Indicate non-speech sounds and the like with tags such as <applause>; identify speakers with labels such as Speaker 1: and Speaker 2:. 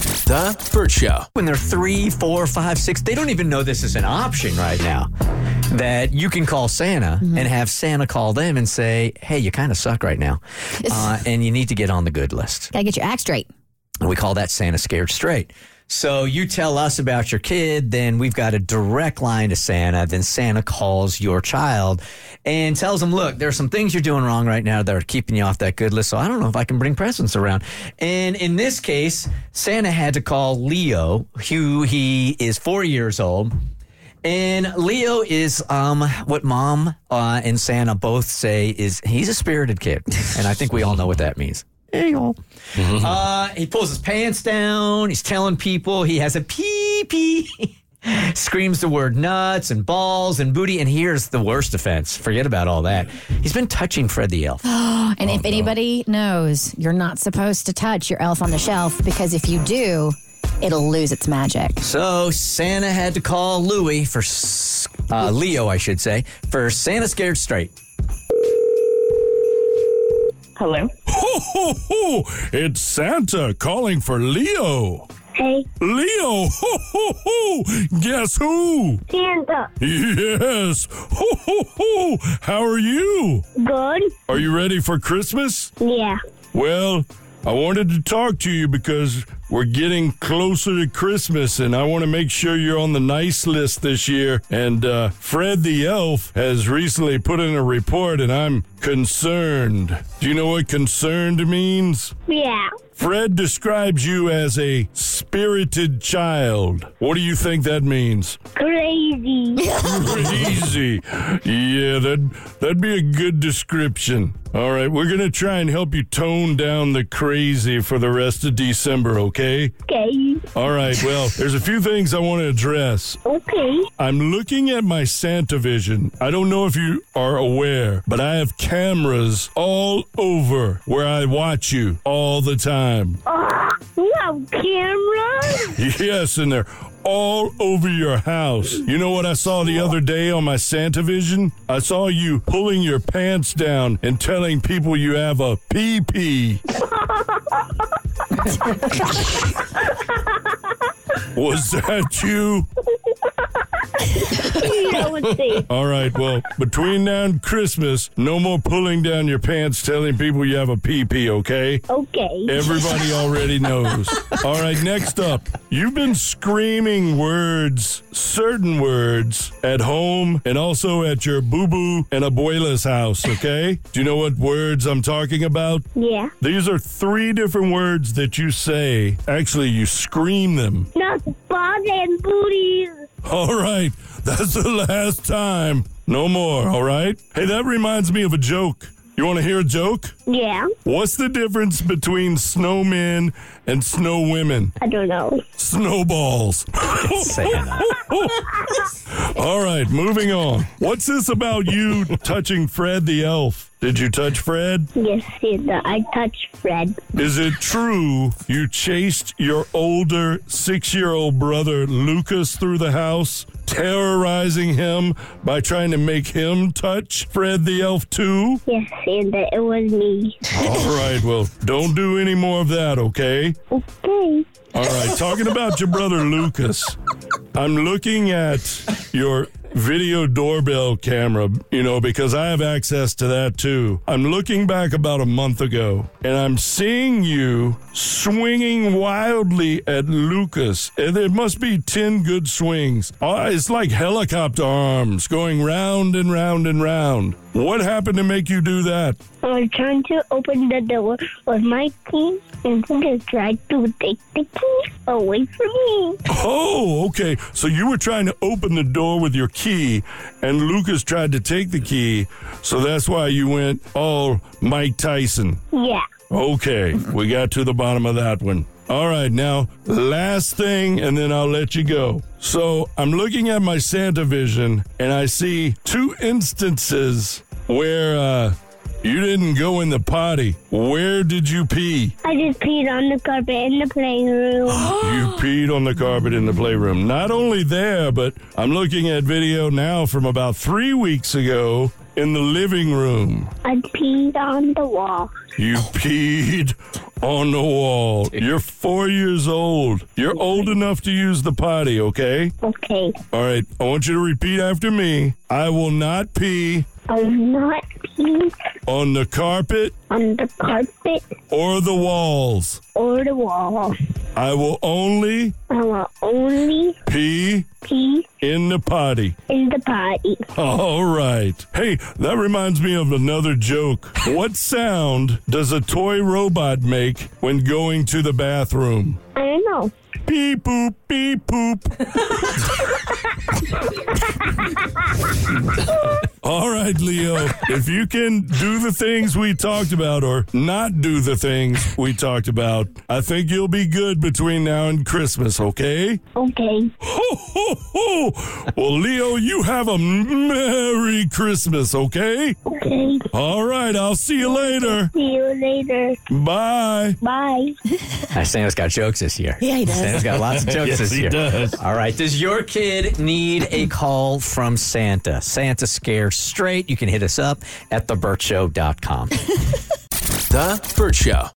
Speaker 1: The Burt Show.
Speaker 2: when they're three, four, five, six, they don't even know this is an option right now. That you can call Santa and have Santa call them and say, "Hey, you kind of suck right now, uh, and you need to get on the good list."
Speaker 3: Gotta get your act straight.
Speaker 2: And we call that Santa scared straight. So you tell us about your kid, then we've got a direct line to Santa. Then Santa calls your child and tells them, "Look, there are some things you're doing wrong right now that are keeping you off that good list. So I don't know if I can bring presents around." And in this case, Santa had to call Leo, who he is four years old. And Leo is um, what mom uh, and Santa both say is he's a spirited kid. And I think we all know what that means. Hey, y'all. Uh, he pulls his pants down. He's telling people he has a pee pee. <laughs> Screams the word nuts and balls and booty. And here's the worst offense. Forget about all that. He's been touching Fred the Elf.
Speaker 3: And if anybody knows, you're not supposed to touch your elf on the shelf because if you do, it'll lose its magic.
Speaker 2: So Santa had to call Louie for s- uh, Leo, I should say, for Santa Scared Straight.
Speaker 4: Hello.
Speaker 5: Ho, ho, it's Santa calling for Leo.
Speaker 4: Hey,
Speaker 5: Leo, ho, ho, ho, guess who?
Speaker 4: Santa.
Speaker 5: Yes, ho, ho, ho, how are you?
Speaker 4: Good.
Speaker 5: Are you ready for Christmas?
Speaker 4: Yeah.
Speaker 5: Well, I wanted to talk to you because we're getting closer to Christmas and I want to make sure you're on the nice list this year. And uh, Fred the Elf has recently put in a report and I'm concerned. Do you know what concerned means?
Speaker 4: Yeah.
Speaker 5: Fred describes you as a spirited child. What do you think that means? <laughs>
Speaker 4: Crazy.
Speaker 5: Crazy. Yeah, that that'd be a good description. All right, we're gonna try and help you tone down the crazy for the rest of December, okay?
Speaker 4: okay.
Speaker 5: All right. Well, there's a few things I want to address.
Speaker 4: Okay.
Speaker 5: I'm looking at my Santa vision. I don't know if you are aware, but I have cameras all over where I watch you all the time.
Speaker 4: Oh, Wow, camera.
Speaker 5: Yes, and they're all over your house. You know what I saw the other day on my Santa Vision? I saw you pulling your pants down and telling people you have a pee pee. Was that you?
Speaker 4: I would say.
Speaker 5: All right, well, between now and Christmas, no more pulling down your pants telling people you have a pee pee, okay?
Speaker 4: Okay.
Speaker 5: Everybody already knows. All right, next up. You've been screaming words, certain words, at home and also at your boo boo and abuela's house, okay? Do you know what words I'm talking about?
Speaker 4: Yeah.
Speaker 5: These are three different words that you say. Actually, you scream them.
Speaker 4: Not balls and booties.
Speaker 5: All right, that's the last time. No more, all right? Hey, that reminds me of a joke. You want to hear a joke?
Speaker 4: Yeah.
Speaker 5: What's the difference between snowmen and snow women?
Speaker 4: I don't know.
Speaker 5: Snowballs.
Speaker 2: Santa.
Speaker 5: All right, moving on. What's this about you touching Fred the elf? Did you touch Fred?
Speaker 4: Yes, Santa. I touched Fred.
Speaker 5: Is it true you chased your older six year old brother Lucas through the house, terrorizing him by trying to make him touch Fred the elf too?
Speaker 4: Yes, Santa. It was me.
Speaker 5: All right, well, don't do any more of that, okay?
Speaker 4: Okay.
Speaker 5: All right, talking about your brother Lucas. I'm looking at your video doorbell camera, you know, because I have access to that too. I'm looking back about a month ago and I'm seeing you swinging wildly at Lucas. And there must be 10 good swings. Uh, It's like helicopter arms going round and round and round. What happened to make you do that?
Speaker 4: I was trying to open the door with my key, and Santa tried to take the key away from me.
Speaker 5: Oh, okay. So you were trying to open the door with your key, and Lucas tried to take the key. So that's why you went all Mike Tyson.
Speaker 4: Yeah.
Speaker 5: Okay, we got to the bottom of that one. All right, now, last thing, and then I'll let you go. So I'm looking at my Santa vision, and I see two instances where uh, you didn't go in the potty. Where did you pee?
Speaker 4: I just peed on the carpet in the playroom.
Speaker 5: You peed on the carpet in the playroom. Not only there, but I'm looking at video now from about three weeks ago in the living room.
Speaker 4: I peed on the wall.
Speaker 5: You peed on the wall. You're four years old. You're old enough to use the potty, okay?
Speaker 4: Okay.
Speaker 5: All right, I want you to repeat after me. I will not pee
Speaker 4: I will not pee
Speaker 5: on the carpet
Speaker 4: on the carpet
Speaker 5: or the walls.
Speaker 4: or the wall.
Speaker 5: I will only
Speaker 4: I will only
Speaker 5: pee
Speaker 4: pee
Speaker 5: in the potty.
Speaker 4: in the potty.
Speaker 5: All right. Hey, that reminds me of another joke. What sound does a toy robot make when going to the bathroom?
Speaker 4: I don't know.
Speaker 5: Beep boop, beep boop. <laughs> All right, Leo. If you can do the things we talked about or not do the things we talked about, I think you'll be good between now and Christmas, okay?
Speaker 4: Okay.
Speaker 5: Ho, ho, ho. Well, Leo, you have a Merry Christmas, okay?
Speaker 4: Okay.
Speaker 5: All right, I'll see you later.
Speaker 4: See you later.
Speaker 5: Bye.
Speaker 4: Bye.
Speaker 2: Uh, Santa's got jokes this year.
Speaker 3: Yeah, he does.
Speaker 2: Santa's got lots of jokes this
Speaker 5: he
Speaker 2: year.
Speaker 5: does.
Speaker 2: All right. Does your kid need a call from Santa? Santa Scared Straight. You can hit us up at thebertshow.com.
Speaker 1: The Burt Show.